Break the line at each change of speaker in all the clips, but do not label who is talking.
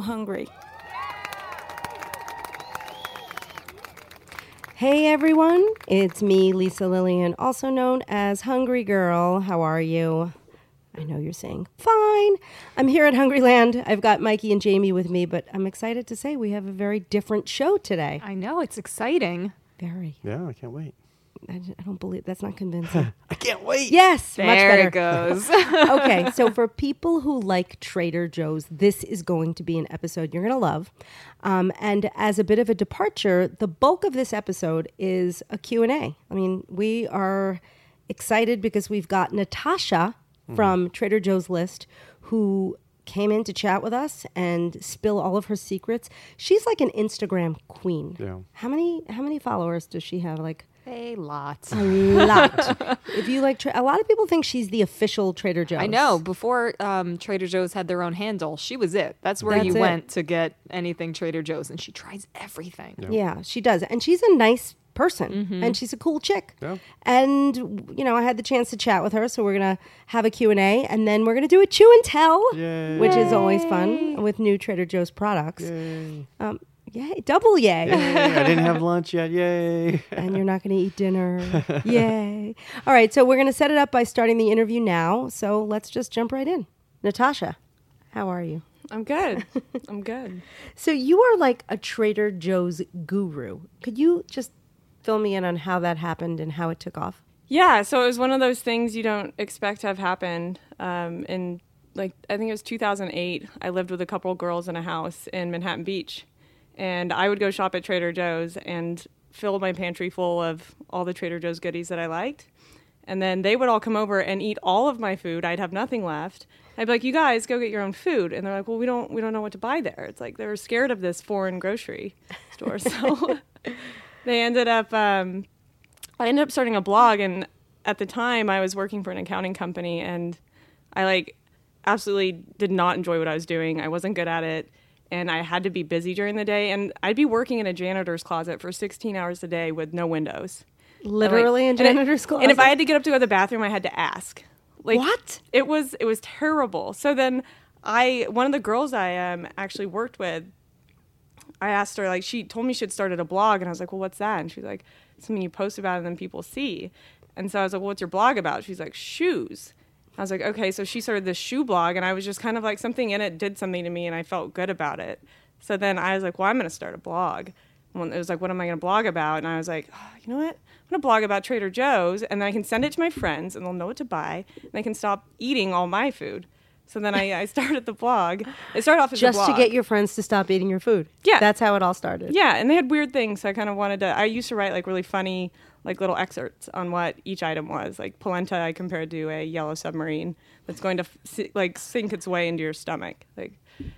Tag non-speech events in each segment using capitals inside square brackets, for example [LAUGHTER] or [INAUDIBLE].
hungry. Hey everyone, it's me, Lisa Lillian, also known as Hungry Girl. How are you? I know you're saying, fine. I'm here at Hungryland. I've got Mikey and Jamie with me, but I'm excited to say we have a very different show today.
I know, it's exciting.
Very.
Yeah, I can't wait.
I, I don't believe that's not convincing.
I can't wait.
yes, much
There
better. [LAUGHS]
it goes. [LAUGHS]
okay, so for people who like Trader Joe's, this is going to be an episode you're going to love. Um, and as a bit of a departure, the bulk of this episode is a Q&A. I mean, we are excited because we've got Natasha
Hmm.
from Trader Joe's List who came in to chat with us and spill all of her secrets. She's like an Instagram queen.
Yeah.
How many how many followers does she have
[LAUGHS]
like
a lot.
a lot. if you like, tra- a lot of people think she's the official Trader Joe's.
I know. Before um, Trader Joe's had their own handle, she was it. That's where
That's
you
it.
went to get anything Trader Joe's, and she tries everything.
Yeah, she does. And she's a nice person and she's a cool chick.
Yeah.
And you know, I had the chance to chat with her, so we're going to have a Q&A and then we're going to do a chew and tell,
Yay.
which is always fun with new Trader Joe's products.
Yay.
Um yay, double yay.
Yay, I didn't have lunch yet. Yay.
and you're not going to eat dinner. Yay. All right, so we're going to set it up by starting the interview now. So let's just jump right in. Natasha, how are you?
I'm good. I'm good.
So you are like a Trader Joe's guru. Could you just fill me in on how that happened and how it took off?
Yeah, so it was one of those things you don't expect to have happened. Um, in like I think it was 2008. I lived with a couple girls in a house in Manhattan Beach, and I would go shop at Trader Joe's and fill my pantry full of all the Trader Joe's goodies that I liked. And then they would all come over and eat all of my food. I'd have nothing left. I'd be like, "You guys go get your own food." And they're like, "Well, we don't we don't know what to buy there." It's like they were scared of this foreign grocery store. So [LAUGHS] they ended up um, I ended up starting a blog, and at the time, I was working for an accounting company, and I like absolutely did not enjoy what I was doing. I wasn't good at it, and I had to be busy during the day. And I'd be working in a janitor's closet for 16 hours a day with no windows. And, like-
Literally in
Oh, and it-
janitor's closet.
And if I had to get up to go to the bathroom, I had to ask. Like
What?
It was it was terrible. So then I one of the girls I um, actually worked with I asked her, like, she told me she had started a blog, and I was like, well, what's that? And she's like, something you post about and then people see. And so I was like, well, what's your blog about? She's like, shoes. I was like, okay, so she started this shoe blog, and I was just kind of like, something in it did something to me, and I felt good about it. So then I was like, well, I'm going to start a blog. And it was like, what am I going to blog about? And I was like, oh, you know what? I'm going to blog about Trader Joe's, and then I can send it to my friends, and they'll know what to buy, and they can stop eating all my food. So then I, [LAUGHS] I started the blog. It started off as a
just
blog.
to get your friends to stop eating your food.
Yeah.
That's how it all started.
Yeah, and they had weird things, so I kind of wanted to. I used to write like really funny, like little excerpts on what each item was. Like polenta, I compared to a yellow submarine that's going to f- si- like sink its way into your stomach. Like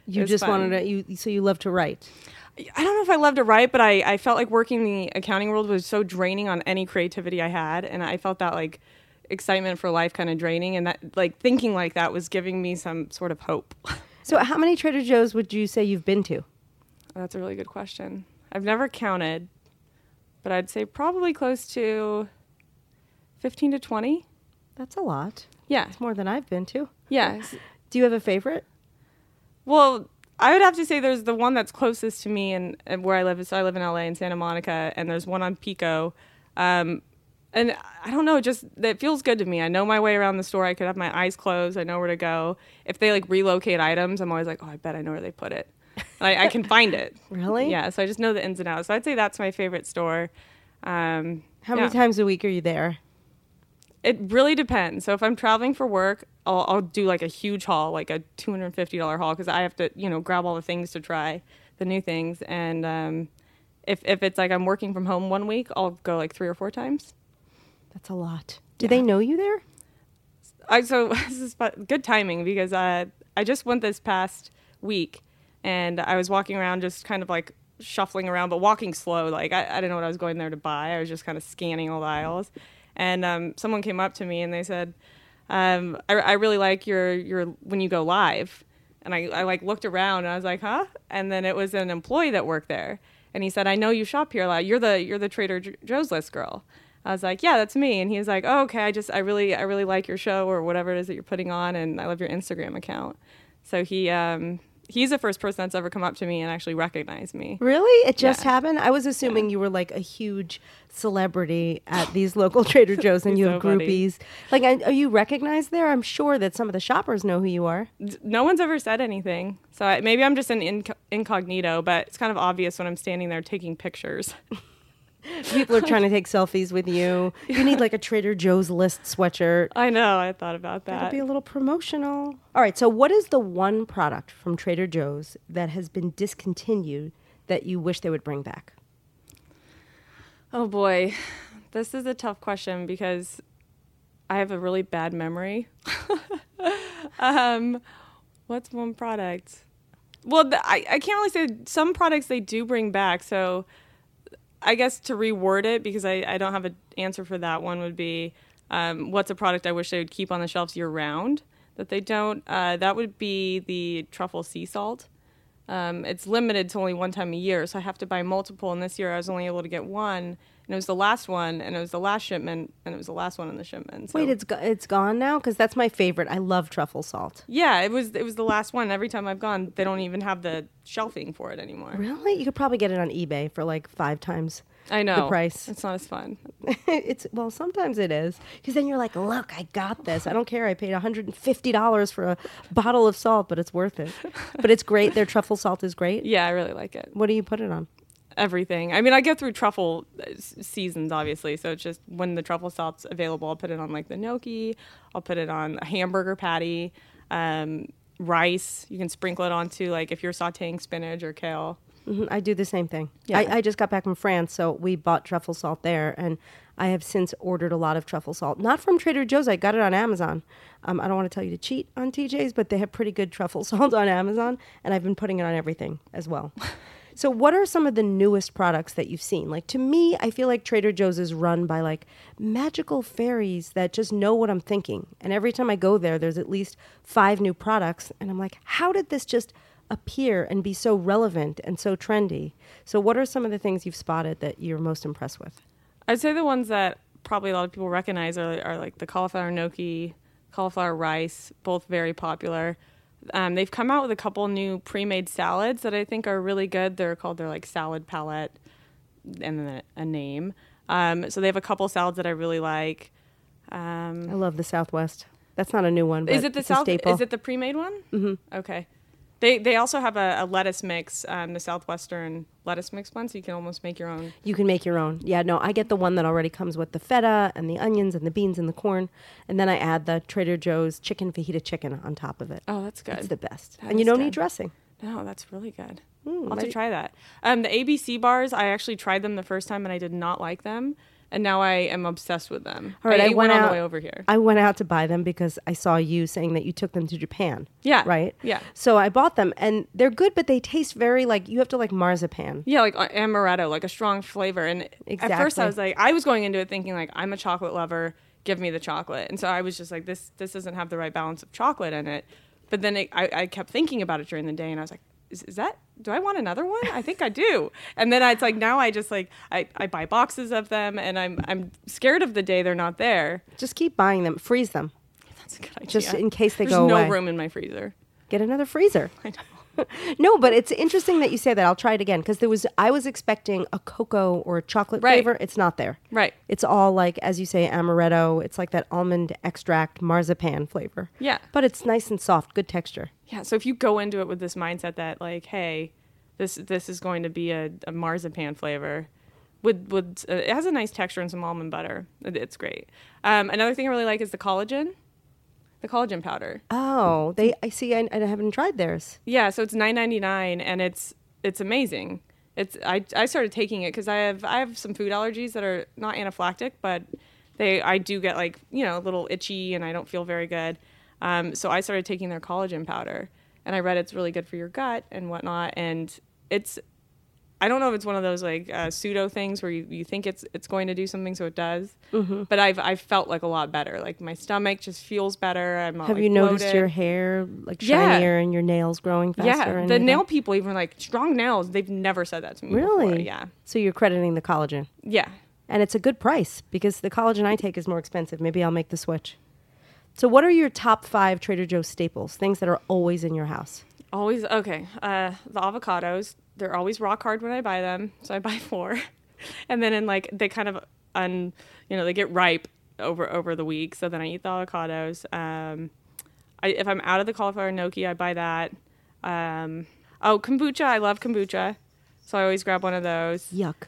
You just wanted to you so you love to write.
I don't know if I loved to write, but I I felt like working in the accounting world was so draining on any creativity I had, and I felt that like excitement for life kind of draining, and that like thinking like that was giving me some sort of hope. [LAUGHS]
So how many Trader Joe's would you say you've been to?
That's a really good question. I've never counted, but I'd say probably close to 15 to 20.
That's a lot.
Yeah.
It's more than I've been to.
Yes.
Do you have a favorite?
Well, I would have to say there's the one that's closest to me and, and where I live. So I live in LA in Santa Monica, and there's one on Pico. Um, and I don't know, just that feels good to me. I know my way around the store. I could have my eyes closed. I know where to go. If they like relocate items, I'm always like, oh, I bet I know where they put it. And I, I can find it.
Really?
Yeah. So I just know the ins and outs. So I'd say that's my favorite store. Um,
How many
yeah.
times a week are you there?
It really depends. So if I'm traveling for work, I'll, I'll do like a huge haul, like a two hundred fifty dollar haul, because I have to, you know, grab all the things to try, the new things. And um, if if it's like I'm working from home one week, I'll go like three or four times.
That's a lot. Do they know you there?
I so [LAUGHS] this is fu- good timing because uh, I just went this past week, and I was walking around just kind of like shuffling around, but walking slow. Like I, I didn't know what I was going there to buy. I was just kind of scanning all the aisles, and um, someone came up to me and they said, um, I, "I really like your your when you go live." And I, I like looked around and I was like, huh? And then it was an employee that worked there, and he said, I know you shop here a lot. You're the you're the Trader Jo- Joe's list girl. I was like, yeah, that's me. And he was like, oh, okay. I just I really I really like your show or whatever it is that you're putting on, and I love your Instagram account. So he um he's the first person that's ever come up to me and actually recognized me.
Really? It just
Yeah.
happened? I was assuming you were like a huge celebrity at these local [LAUGHS] Trader Joe's and you
So
have
funny.
groupies. Like, I, are you recognized there? I'm sure that some of the shoppers know who you are.
D- No one's ever said anything, so I, maybe I'm just an inc- incognito. But it's kind of obvious when I'm standing there taking pictures. [LAUGHS]
People are trying to take selfies with you. You need like a Trader Joe's list sweatshirt.
I know. I thought about
It'll
that.
be a little promotional. All right. So, what is the one product from Trader Joe's that has been discontinued that you wish they would bring back?
Oh boy, [SIGHS] this is a tough question because I have a really bad memory. um, what's one product? Well, the, I, I can't really say some products they do bring back. So I guess to reword it because I, I don't have an answer for that one would be um, what's a product I wish they would keep on the shelves year round that they don't? Uh, that would be the truffle sea salt. Um, it's limited to only one time a year, so I have to buy multiple. And this year I was only able to get one, and it was the last one, and it was the last shipment, and it was the last one in the shipment. So.
Wait, it's, go- it's gone now? Because that's my favorite. I love truffle salt.
Yeah, it was it was the last one. Every time I've gone, they don't even have the shelving for it anymore.
Really? You could probably get it on eBay for like five times. [LAUGHS]
I know
The price.
It's not as fun.
it's well, sometimes it is because then you're like, look, I got this. I don't care. I paid 150 dollars for a bottle of salt, but it's worth it. But it's great. Their truffle salt is great.
Yeah, I really like it.
What do you put it on?
Everything. I mean, I go through truffle uh, s- seasons, obviously. So it's just when the truffle salt's available, I'll put it on like the gnocchi. I'll put it on a hamburger patty, um, rice. You can sprinkle it onto like if you're sautéing spinach or kale.
Mhm, I do the same thing.
Yeah.
I, I just got back from France, so we bought truffle salt there, and I have since ordered a lot of truffle salt. Not from Trader Joe's. I got it on Amazon. Um, I don't want to tell you to cheat on TJ's, but they have pretty good truffle [LAUGHS] salt on Amazon, and I've been putting it on everything as well. So, what are some of the newest products that you've seen? Like to me, I feel like Trader Joe's is run by like magical fairies that just know what I'm thinking. And every time I go there, there's at least five new products, and I'm like, how did this just appear and be so relevant and so trendy. So, what are some of the things you've spotted that you're most impressed with?
I'd say the ones that probably a lot of people recognize are, are like the cauliflower gnocchi, cauliflower rice, both very popular. Um, they've come out with a couple new pre-made salads that I think are really good. They're called their like salad palette, and then a name. Um, so they have a couple salads that I really like. Um,
I love the Southwest. That's not a new one. But
is it the
it's a
south?
staple.
Is it the pre-made one? Mm-hmm. Okay. They they also have a, a lettuce mix, um, the southwestern lettuce mix one, so you can almost make your own.
you can make your own. Yeah, no, I get the one that already comes with the feta and the onions and the beans and the corn, and then I add the Trader Joe's chicken fajita chicken on top of it.
Oh, that's good.
It's the best,
That
and you
is
don't need
good.
dressing.
No, that's really good.
Hmm,
I'll have
might-
to try that. Um, the ABC bars, I actually tried them the first time and I did not like them, and now I am obsessed with them.
All right, I
ate one
went
on
out-
the way over here.
I went out to buy them because I saw you saying that you took them to Japan.
Yeah,
Right?
yeah.
So I bought them and they're good, but they taste very like you have to like marzipan.
yeah, like uh, amaretto, like a strong flavor. And at first,
Exactly.
I was like, I was going into it thinking like I'm a chocolate lover. Give me the chocolate. And so I was just like, this this doesn't have the right balance of chocolate in it. But then it, I, I kept thinking about it during the day, and I was like, is, is that? Do I want another one? I think I do. [LAUGHS] And then I- it's like now I just like I, I buy boxes of them, and I'm I'm scared of the day they're not there.
Just keep buying them, freeze them.
That's a good idea.
Just in case they
There's
go
no
away.
room in my freezer.
get another
[LAUGHS]
freezer. [LAUGHS] no, but it's interesting that you say that. I'll try it again because there was I was expecting a cocoa or a chocolate
Right.
flavor. It's not there.
Right.
It's all like as you say amaretto. It's like that almond extract marzipan flavor.
Yeah.
But it's nice and soft, good texture.
Yeah. So if you go into it with this mindset that like, hey, this this is going to be a, a marzipan flavor, with with uh, it has a nice texture and some almond butter. It- it's great. Um, another thing I really like is the collagen, the collagen powder.
Oh, they I see I, I haven't tried theirs.
Yeah. So it's nine ninety nine, and it's it's amazing. It's I I started taking it because I have I have some food allergies that are not anaphylactic, but they I do get like you know a little itchy and I don't feel very good. Um, so I started taking their collagen powder, and I read it's really good for your gut and whatnot. And it's I don't know if it's one of those like uh, pseudo things where you, you think it's it's going to do something so it does.
Mm-hmm.
But I've I've felt like a lot better. Like my stomach just feels better. I'm not,
Have
like,
you noticed
bloated.
your hair like
Yeah.
shinier and your nails growing faster?
Yeah,
and
the
everything?
nail people even like strong nails. They've never said that to me. before.
Really?
Yeah,
So you're crediting the collagen.
yeah.
and it's a good price because the collagen I take is more expensive. Maybe I'll make the switch. So, what are your top five Trader Joe's staples? Things that are always in your house.
Always okay. Uh, the avocados, they're always rock hard when I buy them, so I buy four, [LAUGHS] and then in like they kind of un, you know, they get ripe over over the week. So then I eat the avocados. Um, I, if I'm out of the cauliflower gnocchi, I buy that. Um, oh, kombucha, I love kombucha, so I always grab one of those.
Yuck.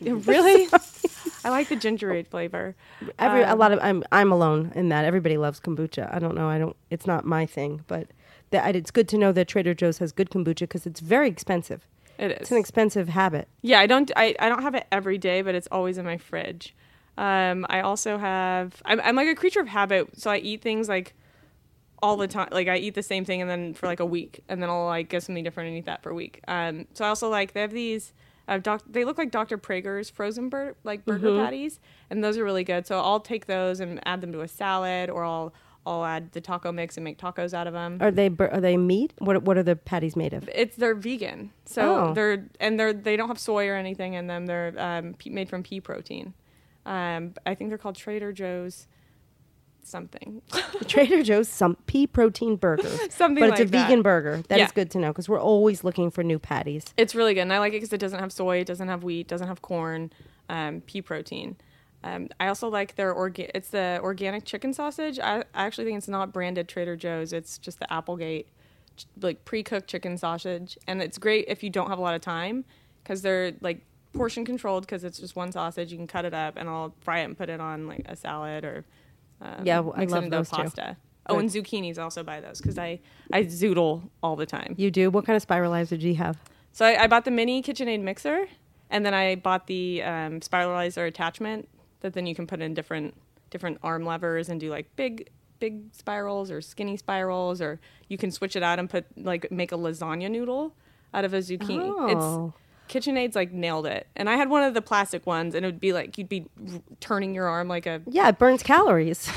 really, [LAUGHS] I like
[LAUGHS]
the
Oh.
ginger ale flavor.
Every
Um,
a lot of I'm I'm alone in that. Everybody loves kombucha. I don't know. I don't. It's not my thing, but that it's good to know that Trader Joe's has good kombucha because it's very expensive.
It is.
It's an expensive habit.
Yeah, I don't I, I don't have it every day, but it's always in my fridge. Um, I also have I'm, I'm like a creature of habit, so I eat things like all the time. Like I eat the same thing and then for like a week, and then I'll like get something different and eat that for a week. Um, so I also like they have these. Uh, doc- they look like Dr. Prager's frozen bur- like burger patties, and those are really good. So I'll take those and add them to a salad, or I'll I'll add the taco mix and make tacos out of them.
Are they bur- are they meat? What what are the patties made
[LAUGHS]
of?
It's they're vegan, so
Oh.
they're and they're they don't have soy or anything in them. They're um, pe- made from pea protein. Um, I think they're called Trader Joe's something.
Trader Joe's some pea protein burger.
[LAUGHS] Something
but it's
like
a
that.
vegan burger. That is
Yeah.
good to know because we're always looking for new patties.
It's really good, and I like it because it doesn't have soy, it doesn't have wheat, doesn't have corn, um, pea protein. Um, I also like their orga- It's the organic chicken sausage. I, I actually think it's not branded Trader Joe's. It's just the Applegate, ch- like pre-cooked chicken sausage, and it's great if you don't have a lot of time because they're like portion controlled because it's just one sausage. You can cut it up, and I'll fry it and put it on like a salad or um,
Yeah, well, I
mix
love
it into
those too.
pasta. Oh, and zucchinis. I also buy those because I I zoodle all the time.
You do. What kind of spiralizer do you have?
So I, I bought the mini KitchenAid mixer, and then I bought the um, spiralizer attachment that then you can put in different different arm levers and do like big big spirals or skinny spirals, or you can switch it out and put like make a lasagna noodle out of a zucchini.
Oh.
It's KitchenAid's like nailed it, and I had one of the plastic ones, and it would be like you'd be r- turning your arm like a [LAUGHS]
Yeah, it burns calories.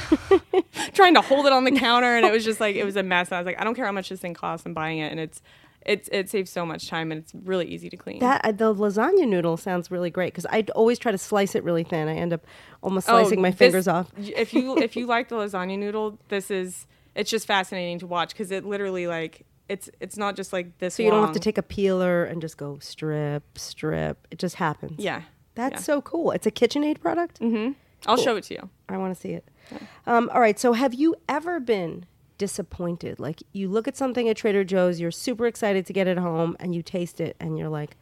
trying to hold it on the counter and it was just like it was a mess and I was like I don't care how much this thing costs I'm buying it and it's it's it saves so much time and it's really easy to clean.
That uh, the lasagna noodle sounds really great because I always try to slice it really thin. I end up almost
Oh,
slicing my
this-
fingers
[LAUGHS]
off.
If you if you like the lasagna noodle, this is it's just fascinating to watch because it literally like it's it's not just like this.
So you don't have to
long.
take a peeler and just go strip, strip. It just happens.
Yeah,
That's
yeah. Mm-hmm.
so cool. It's a KitchenAid product.
I'll show it to you.
I want to see it. Um, all right. So have you ever been disappointed? Like you look at something at Trader Joe's, you're super excited to get it home, and you taste it, and you're like,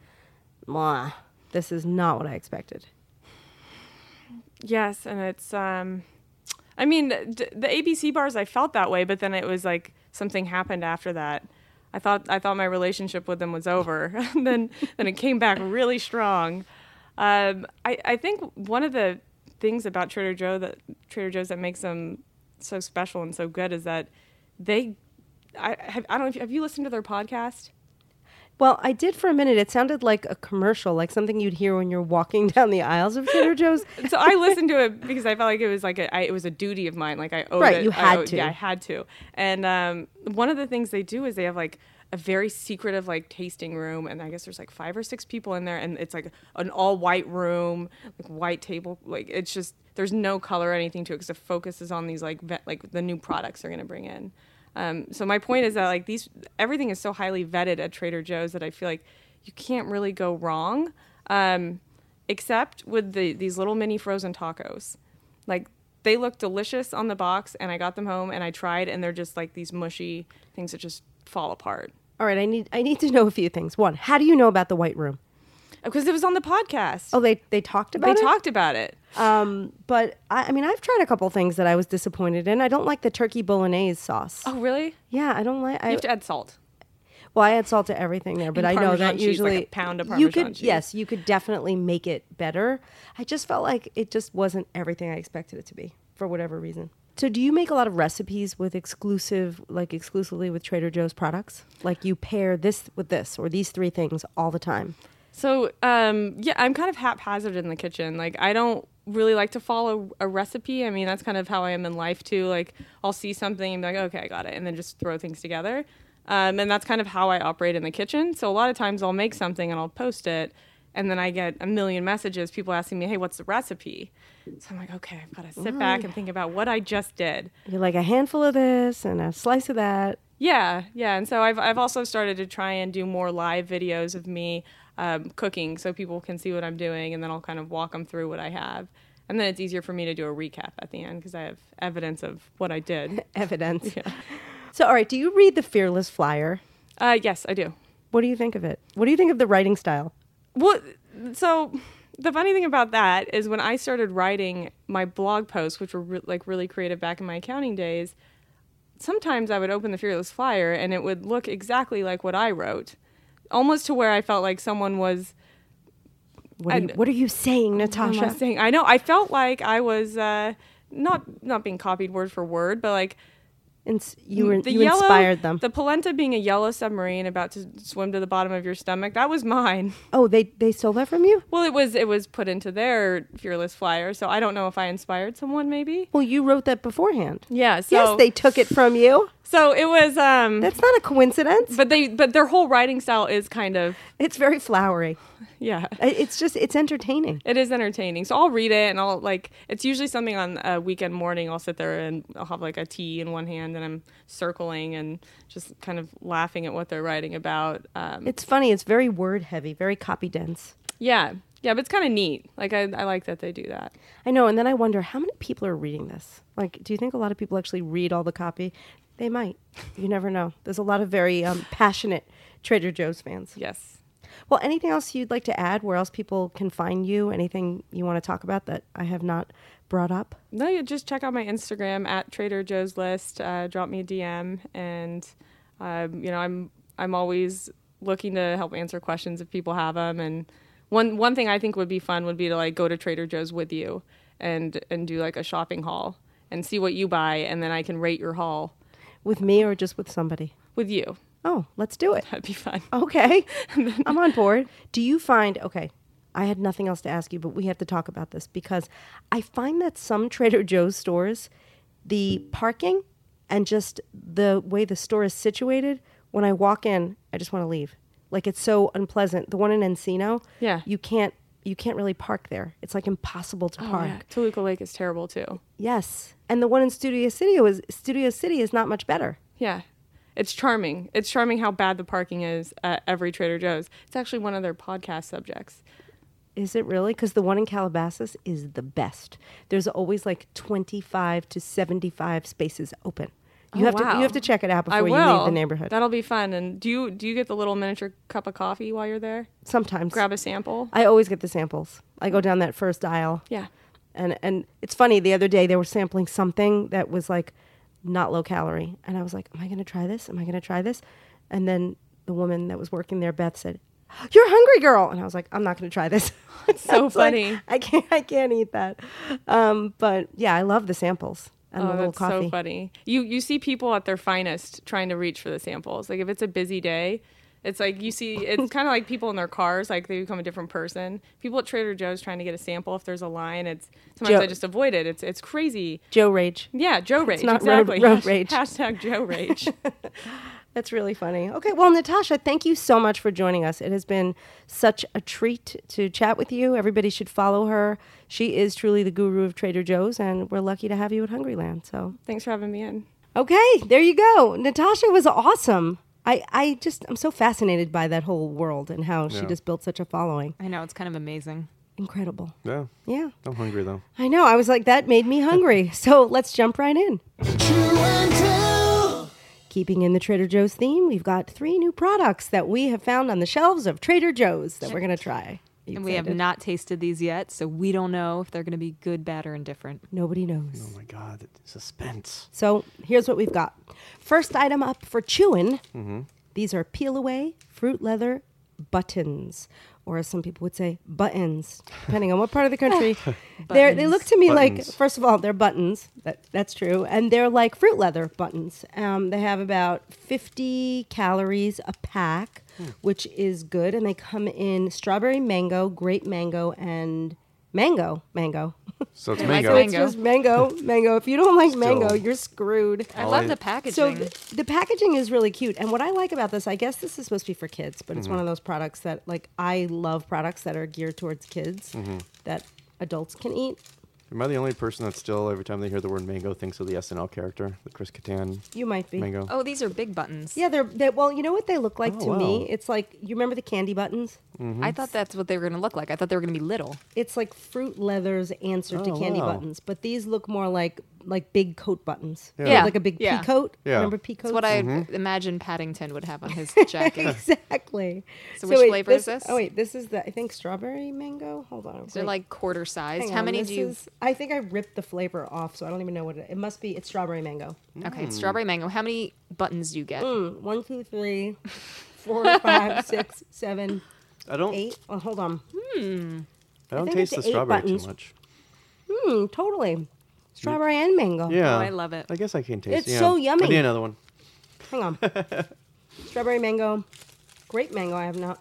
"Mwah, this is not what I expected."
Yes, and it's um, I mean d- the ABC bars. I felt that way, but then it was like something happened after that. I thought I thought my relationship with them was over, [LAUGHS] and then then it came back really strong. Um, I I think one of the things about Trader Joe that Trader Joe's that makes them so special and so good is that they. I have, I don't know if you, have you listened to their podcast.
Well, I did for a minute. It sounded like a commercial, like something you'd hear when you're walking [LAUGHS] down the aisles of Trader [LAUGHS] Joe's.
so I listened to it because I felt like it was like a, I, it was a duty of mine. Like I owed
Right,
it.
you
I
had
owed-
to.
Yeah, I had to. And um, one of the things they do is they have like a very secretive like tasting room, and I guess there's like five or six people in there, and it's like an all white room, like white table, like it's just there's no color or anything to it because the focus is on these like vet, like the new products they're gonna bring in. Um, so my point is that like these everything is so highly vetted at Trader Joe's that I feel like you can't really go wrong. Um, except with the these little mini frozen tacos. Like they look delicious on the box, and I got them home and I tried, and they're just like these mushy things that just fall apart.
All right, I need I need to know a few things. One, how do you know about the white room?
Because it was on the podcast.
Oh, they they talked about
they
it.
talked about it.
Um, but I, I mean, I've tried a couple things that I was disappointed in. I don't like the turkey bolognese sauce.
Oh, really?
Yeah, I don't like.
You
I,
have to add salt.
well, I add salt to everything there, but I
And
know
Parmesan
that
cheese, like
usually
a pound of
You
Parmesan
could
cheese.
yes, you could definitely make it better. I just felt like it just wasn't everything I expected it to be for whatever reason. So, do you make a lot of recipes with exclusive, like exclusively with Trader Joe's products? Like you pair this with this or these three things all the time?
So um, yeah, I'm kind of haphazard in the kitchen. Like I don't really like to follow a recipe. I mean, that's kind of how I am in life too. Like I'll see something and be like, okay, I got it, and then just throw things together. Um, and that's kind of how I operate in the kitchen. So a lot of times I'll make something and I'll post it, and then I get a million messages, people asking me, hey, what's the recipe? So I'm like, okay, I've got to sit back and think about what I just did.
You're like a handful of this and a slice of that. [LAUGHS]
Yeah, yeah. And so I've, I've also started to try and do more live videos of me um, cooking so people can see what I'm doing and then I'll kind of walk them through what I have. And then it's easier for me to do a recap at the end because I have evidence of what I did.
Evidence. So, all right, do you read the Fearless Flyer?
Uh, yes, I do.
What do you think of it? What do you think of the writing style?
Well, so the funny thing about that is when I started writing my blog posts, which were re- like really creative back in my accounting days, sometimes I would open the Fearless Flyer and it would look exactly like what I wrote, almost to where I felt like someone was.
What are, you,
I- Oh
what are you saying,
what am I
Natasha?
saying? I know. I felt like I was uh, not not being copied word for word, but like
Ins- you were,
Mm, the
you
yellow-
inspired them.
The polenta being a yellow submarine about to swim to the bottom of your stomach. That was mine. [LAUGHS]
oh, they, they stole that from you?
Well, it was it was put into their fearless flyer, so I don't know if I inspired someone. Maybe.
Well, you wrote that beforehand.
Yeah. So,
yes, they took it from you.
So it was. Um.
That's not a coincidence.
but they. But their whole writing style is kind of.
It's very flowery.
Yeah.
I- It's just, it's entertaining.
It is entertaining. So I'll read it and I'll like. It's usually something on a weekend morning. I'll sit there and I'll have like a tea in one hand and I'm circling and just kind of laughing at what they're writing about. Um.
It's funny. It's very word heavy, very copy dense.
Yeah. Yeah. But it's kind of neat. Like I, I like that they do that.
I know. And then I wonder how many people are reading this? Like, do you think a lot of people actually read all the copy? They might. You never know. There's a lot of very um, passionate Trader Joe's fans.
Yes.
Well, anything else you'd like to add? Where else people can find you? Anything you want to talk about that I have not brought up?
No, you just check out my Instagram at Trader Joe's List. Uh, drop me a DM, and um, you know I'm I'm always looking to help answer questions if people have them. And one one thing I think would be fun would be to like go to Trader Joe's with you and and do like a shopping haul and see what you buy, and then I can rate your haul
With me or just with somebody?
with you.
Oh, let's do
[LAUGHS]
it.
That'd be fun. [LAUGHS]
Okay. I'm on board. Do you find, okay, I had nothing else to ask you, but we have to talk about this because I find that some Trader Joe's stores, the parking and just the way the store is situated, when I walk in, I just want to leave. Like it's so unpleasant. The one in Encino,
Yeah.
you can't you can't really park there. It's like impossible to park.
Oh, Yeah, Toluca Lake is terrible too.
Yes. And the one in Studio City was Studio City is not much better.
Yeah. It's charming. It's charming how bad the parking is at every Trader Joe's. It's actually one of their podcast subjects.
Is it really? Because the one in Calabasas is the best. There's always like 25 to 75 spaces open. You
Oh,
have to
wow.
you have to check it out
I
before you
will.
leave the neighborhood.
That'll be fun. And do you do you get the little miniature cup of coffee while you're there?
Sometimes
Grab a sample.
I always get the samples. I go down that first aisle.
Yeah.
And and it's funny. The other day they were sampling something that was like not low calorie, and I was like, "Am I going to try this? Am I going to try this?" And then the woman that was working there, Beth, said, "You're hungry, girl," and I was like, "I'm not going to try this." [LAUGHS] It's
[LAUGHS] so funny.
I can't. I can't eat that. Um, but yeah, I love the samples and the
Oh,
little
that's
coffee.
so funny. You you see people at their finest trying to reach for the samples. Like if it's a busy day, it's like you see
[LAUGHS]
it's kind of like people in their cars, like they become a different person. People at Trader Joe's trying to get a sample if there's a line. It's sometimes
Joe-
I just avoid it. It's it's crazy.
Joe Rage.
Yeah, Joe rage. [LAUGHS]
not road-
exactly.
road
Hash-
rage.
Hashtag Joe
[LAUGHS]
rage.
That's really funny. Okay, well, Natasha, thank you so much for joining us. It has been such a treat to chat with you. Everybody should follow her. She is truly the guru of Trader Joe's, and we're lucky to have you at Hungryland. So,
Thanks for having me in.
okay, there you go. Natasha was awesome. I, I just, I'm so fascinated by that whole world and how she
Yeah.
just built such a following.
I know it's kind of amazing.
Incredible.
Yeah.
Yeah.
I'm hungry though.
I know. I was like, that made me
[LAUGHS]
hungry. so let's jump right in. Keeping in the Trader Joe's theme, we've got three new products that we have found on the shelves of Trader Joe's that we're going to try. Are you
And we have
excited?
not tasted these yet, so we don't know if they're going to be good, bad, or indifferent.
Nobody knows.
Oh my god, that suspense.
So here's what we've got. First item up for chewing.
Mm-hmm.
These are peel away fruit leather buttons, or as some people would say, buttons, depending on what part of the country.
[LAUGHS]
they're, they look to me like,
Buttons.
first of all, they're buttons. That, that's true. And they're like fruit leather buttons. Um, they have about 50 calories a pack,
Hmm.
which is good. And they come in strawberry mango, grape mango, and mango. Mango. [LAUGHS]
So it's
Yeah, like
mango.
mango.
it's just mango. Mango. If you don't like mango, you're screwed.
I
I'll
love
eat-
the packaging.
So th- the packaging is really cute, and what I like about this, I guess this is supposed to be for kids, but it's
Mm-hmm.
one of those products
Mm-hmm.
that, like, I love products that are geared towards kids that adults can eat.
Am I the only person that still, every time they hear the word mango, thinks of the SNL character, the Chris Kattan
You might be.
mango?
Oh, these are big buttons.
Yeah, they're, they well, you know what they look like
Oh,
to me?
wow. Mm.
It's like you remember the candy buttons?
I thought that's what they were going to look like. I thought they were going to be little.
It's like fruit leathers answered to
Oh,
candy
wow.
buttons, but these look more like like big coat buttons.
Yeah.
You know,
Yeah.
like a big
Yeah.
pea coat.
Yeah.
Remember pea coats?
That's what I imagine Paddington would have
[LAUGHS]
on his jacket.
exactly.
So which flavor is this?
Oh wait, this is the I think strawberry mango. Hold on.
They're
wait.
like quarter sized.
Hang
How
on,
many
this
do you?
is- I think I ripped the flavor off, so I don't even know what it. It must be. It's strawberry mango.
Okay, strawberry mango. How many buttons do you get?
Mm, one, two, three,
[LAUGHS]
four, five, six, seven,
I don't.
eight. Oh, hold on.
I don't
think
taste the
it's eight
strawberry
buttons.
too much.
Hmm, totally. Strawberry and mango.
Yeah,
I love it.
I guess I can taste.
It's
yeah.
so yummy.
I need another one.
Hang
[LAUGHS]
on. strawberry mango, grape mango. I have not.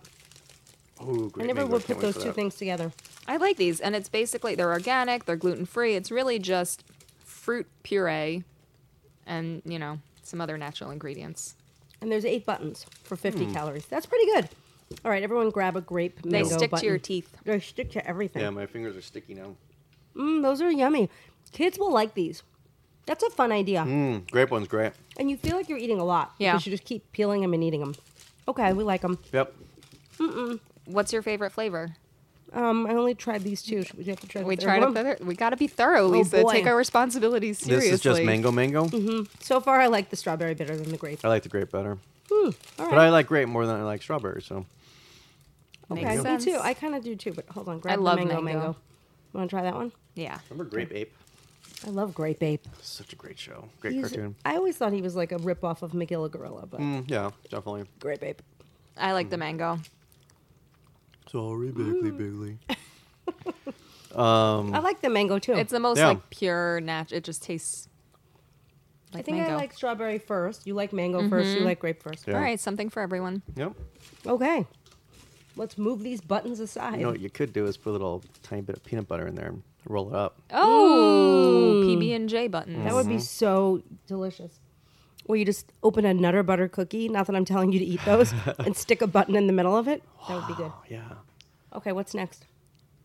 Oh, great
I never
mango.
would
can't
put those
wait for
two
that.
things together.
I like these, and it's basically they're organic, they're gluten free. It's really just fruit puree, and you know some other natural ingredients.
And there's eight buttons for 50
Hmm.
calories. That's pretty good. All right, everyone, grab a grape
They
mango.
stick to your
button.
teeth.
They stick to everything.
Yeah, my fingers are sticky now.
Mm, those are yummy. Kids will like these. That's a fun idea.
Mm, grape one's great.
And you feel like you're eating a lot.
Yeah.
Because you just keep peeling them and eating them. Okay, we like them.
Yep.
What's your favorite flavor?
Um, I only tried these two. Should we have to try the
We
third
try to
one?
thorough- we got to be thorough, Lisa.
Oh, boy.
Take our responsibilities seriously.
This is just mango mango.
Mm-hmm. So far, I like the strawberry better than the grape.
I like the grape better,
All
Uh, but I
right.
like grape more than I like strawberry. So
Makes
okay,
sense.
me too. I kind of do too, but hold on. Grab the
love
mango,
mango.
mango. Want to try that one?
yeah.
remember Grape Ape?
I love Grape Ape.
Such a great show. Great
He's-
cartoon.
I always thought he was like a ripoff of McGilligorilla, but
Mm, yeah, definitely.
Grape Ape.
I like the mango.
Sorry, Bigley Bigley. Mm.
I like the mango too.
It's the most
Yeah.
like pure natural. It just tastes like
I think
mango. Mm-hmm.
I like strawberry first. You like mango first. You like grape first.
Yeah.
All right, something for everyone.
Yep.
Okay. Let's move these buttons aside.
You know what you could do is put a little tiny bit of peanut butter in there and roll it up.
Oh, PB and J buttons.
That would be so delicious. Or you just open a Nutter Butter cookie, not that I'm telling you to eat those, and stick a button in the middle of it. That would be good.
Oh yeah.
Okay, what's next?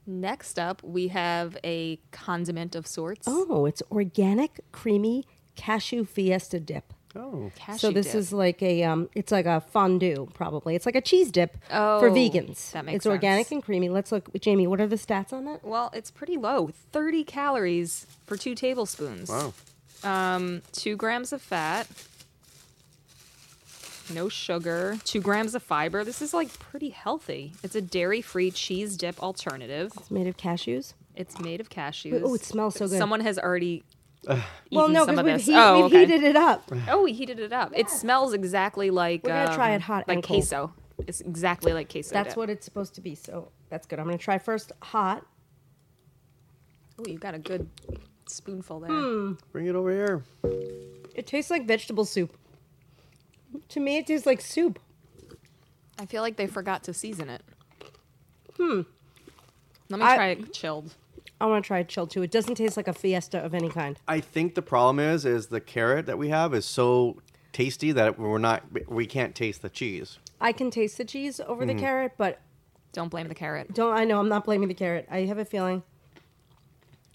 Next up, we have a condiment of sorts.
Oh, it's organic creamy cashew fiesta dip.
Oh.
Cashew
so this
dip.
is like a um, it's like a fondue probably. It's like a cheese dip for
Oh,
vegans.
that makes
it's organic
sense.
and creamy. Let's look, Jamie. What are the stats on that?
well, it's pretty low. Thirty calories for two tablespoons. Um,
Wow.
Two grams of fat. No sugar. Two grams of fiber. This is like pretty healthy. It's a dairy-free cheese dip alternative.
It's made of cashews.
It's made of cashews.
oh, it smells so good.
Someone has already. eaten
well, no,
some
because
of
we've,
this.
heat-
oh,
we've
okay.
heated it up.
Oh, we heated it up. It smells exactly like.
We're gonna try
um,
it hot
like
and cold.
queso. It's exactly like queso.
That's
dip.
what it's supposed to be. So that's good. I'm going to try first hot.
Oh, you got a good spoonful there.
Hmm.
Bring it over here.
It tastes like vegetable soup. To me, it tastes like soup.
I feel like they forgot to season it. Hmm. Let me
I-
try it chilled.
I want to try it chilled too. It doesn't taste like a fiesta of any kind.
I think the problem is is the carrot that we have is so tasty that we're not we can't taste the cheese.
I can taste the cheese over the carrot, but
Don't blame the carrot.
don't I know I'm not blaming the carrot. I have a feeling.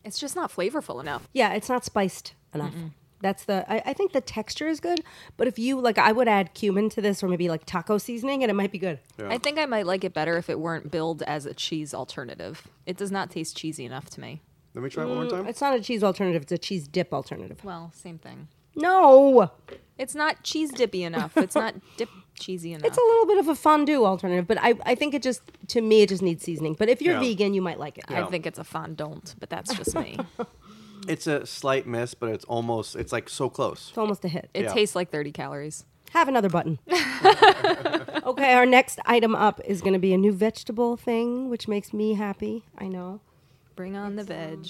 It's just not flavorful enough.
Yeah, it's not spiced enough. That's the. I, I think the texture is good, but if you like, I would add cumin to this, or maybe like taco seasoning, and it might be good.
Yeah.
I think I might like it better if it weren't billed as a cheese alternative. It does not taste cheesy enough to me.
Let me try it one more time.
It's not a cheese alternative; it's a cheese dip alternative.
Well, same thing.
No,
It's not cheese dippy enough.
[LAUGHS]
It's not dip cheesy enough.
it's a little bit of a fondue alternative, but I, I think it just to me it just needs seasoning. But if you're
Yeah.
vegan, you might like it.
I think it's a fondant, but that's
[LAUGHS]
just me.
It's a slight miss, but it's almost it's like so close.
It's almost a hit.
It
Yeah.
tastes like 30 calories.
Have another
[LAUGHS]
button. okay, our next item up is going to be a new vegetable thing, which makes me happy. I know.
Bring on
uh,
the veg.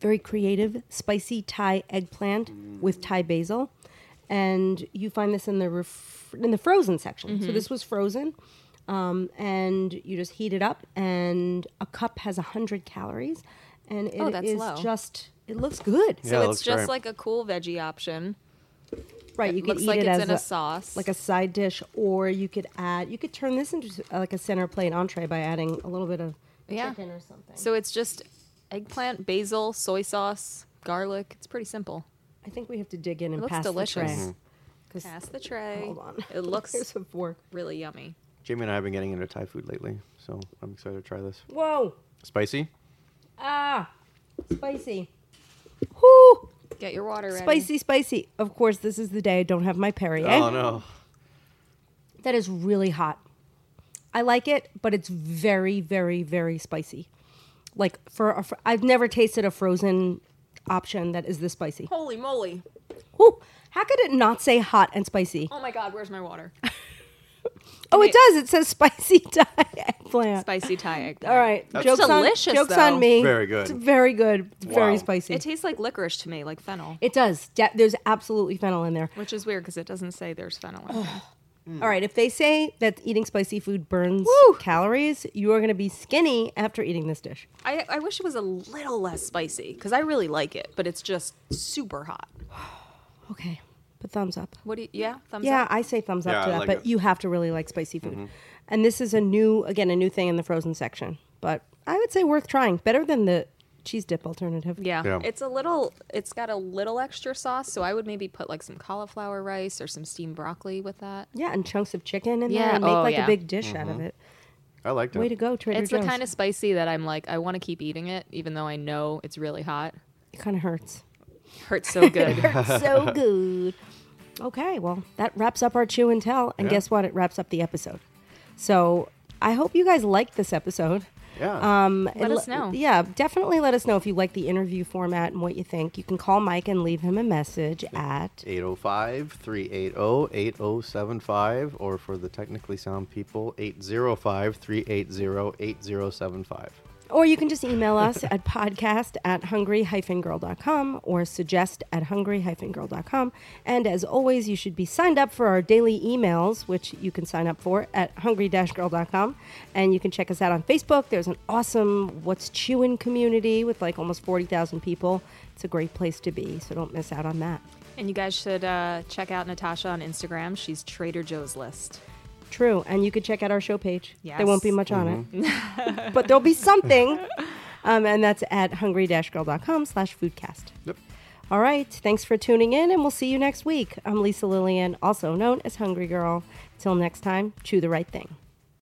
Very creative, spicy Thai eggplant
Mm.
with Thai basil, and you find this in the ref- in the frozen section.
Mm-hmm.
So this was frozen, um, and you just heat it up, and a cup has hundred calories, and it is
Oh, that's low.
just. It looks good,
Yeah, it
so it's
looks
just
great.
like a cool veggie option.
right? You could
Looks
eat
like
it
it's
as
in a, sauce.
like a side dish, or you could add, you could turn this into s- uh, like a center plate entree by adding a little bit of
Yeah.
chicken or something.
So it's just eggplant, basil, soy sauce, garlic. It's pretty simple.
I think we have to dig in and
looks
pass
delicious.
the tray.
Mhm.
'Cause-
Pass the tray.
Hold on.
It
[LAUGHS] Here's
looks
a fork.
really yummy.
Jamie and I have been getting into Thai food lately, so I'm excited to try this.
Whoa!
Spicy?
Ah, spicy. Whoo!
Get your water ready.
Spicy, spicy. Of course, this is the day I don't have my eh? Perrier.
Oh no.
That is really hot. I like it, but it's very, very, very spicy. Like for, a fr- I've never tasted a frozen option that is this spicy.
Holy moly.
Whew. How could it not say hot and spicy?
Oh my god, where's
[LAUGHS]
my water?
Oh, it
wait.
does. It says [LAUGHS] spicy Thai eggplant.
Spicy Thai eggplant.
All right, jokes
delicious,
on jokes
though.
on me.
Very good.
It's very good. Very
Wow.
spicy.
It tastes like licorice to me, like fennel,
It does. De- there's absolutely fennel in there.
which is weird because it doesn't say there's fennel. In
Oh.
there.
All right, if they say that eating spicy food burns calories, you are going to be skinny after eating this dish.
I, I wish it was a little less spicy because I really like it, but it's just super hot.
Okay, but thumbs up.
What do you, yeah, thumbs
yeah,
up?
I say thumbs up
Yeah,
to
I
that,
like
but
it. Mm-hmm.
you have to really like spicy food. And this is a new, again, a new thing in the frozen section, but I would say worth trying. Better than the cheese dip alternative.
Yeah.
Yeah.
It's a little, it's got a little extra sauce, so I would maybe put like some cauliflower rice or some steamed broccoli with that.
Yeah, and chunks of chicken in there
Yeah,
and make
oh,
like a
yeah.
big dish out of
Mm-hmm.
it.
I liked it.
Way to go, Trader
it's the kind of spicy that I'm like, I want to keep eating it, even though I know it's really hot.
it kind of hurts.
Hurts so [LAUGHS] good.
so good. Okay, well, that wraps up our chew and tell. And
Yeah.
guess what? It wraps up the episode. So I hope you guys liked this episode.
Yeah.
Um,
Let
and
us know.
Yeah, definitely let us know if you like the interview format and what you think. You can call Mike and leave him a message at.
805 380 8075, or for the technically sound people, 805 380 8075.
Or you can just email us at podcast at hungry-girl.com or suggest at hungry-girl.com. And as always, you should be signed up for our daily emails, which you can sign up for at hungry-girl.com. And you can check us out on Facebook. There's an awesome What's Chewin' community with like almost 40,000 people. It's a great place to be, so don't miss out on that.
and you guys should uh, check out Natasha on Instagram. She's Trader Joe's List.
True, and you could check out our show page. There
Yes.
won't be much on it, [LAUGHS] but there'll be something, um, and that's at hungry-girl.com slash foodcast.
Yep.
All right, thanks for tuning in, and we'll see you next week. I'm Lisa Lillian, also known as Hungry Girl. Till next time, chew the right thing.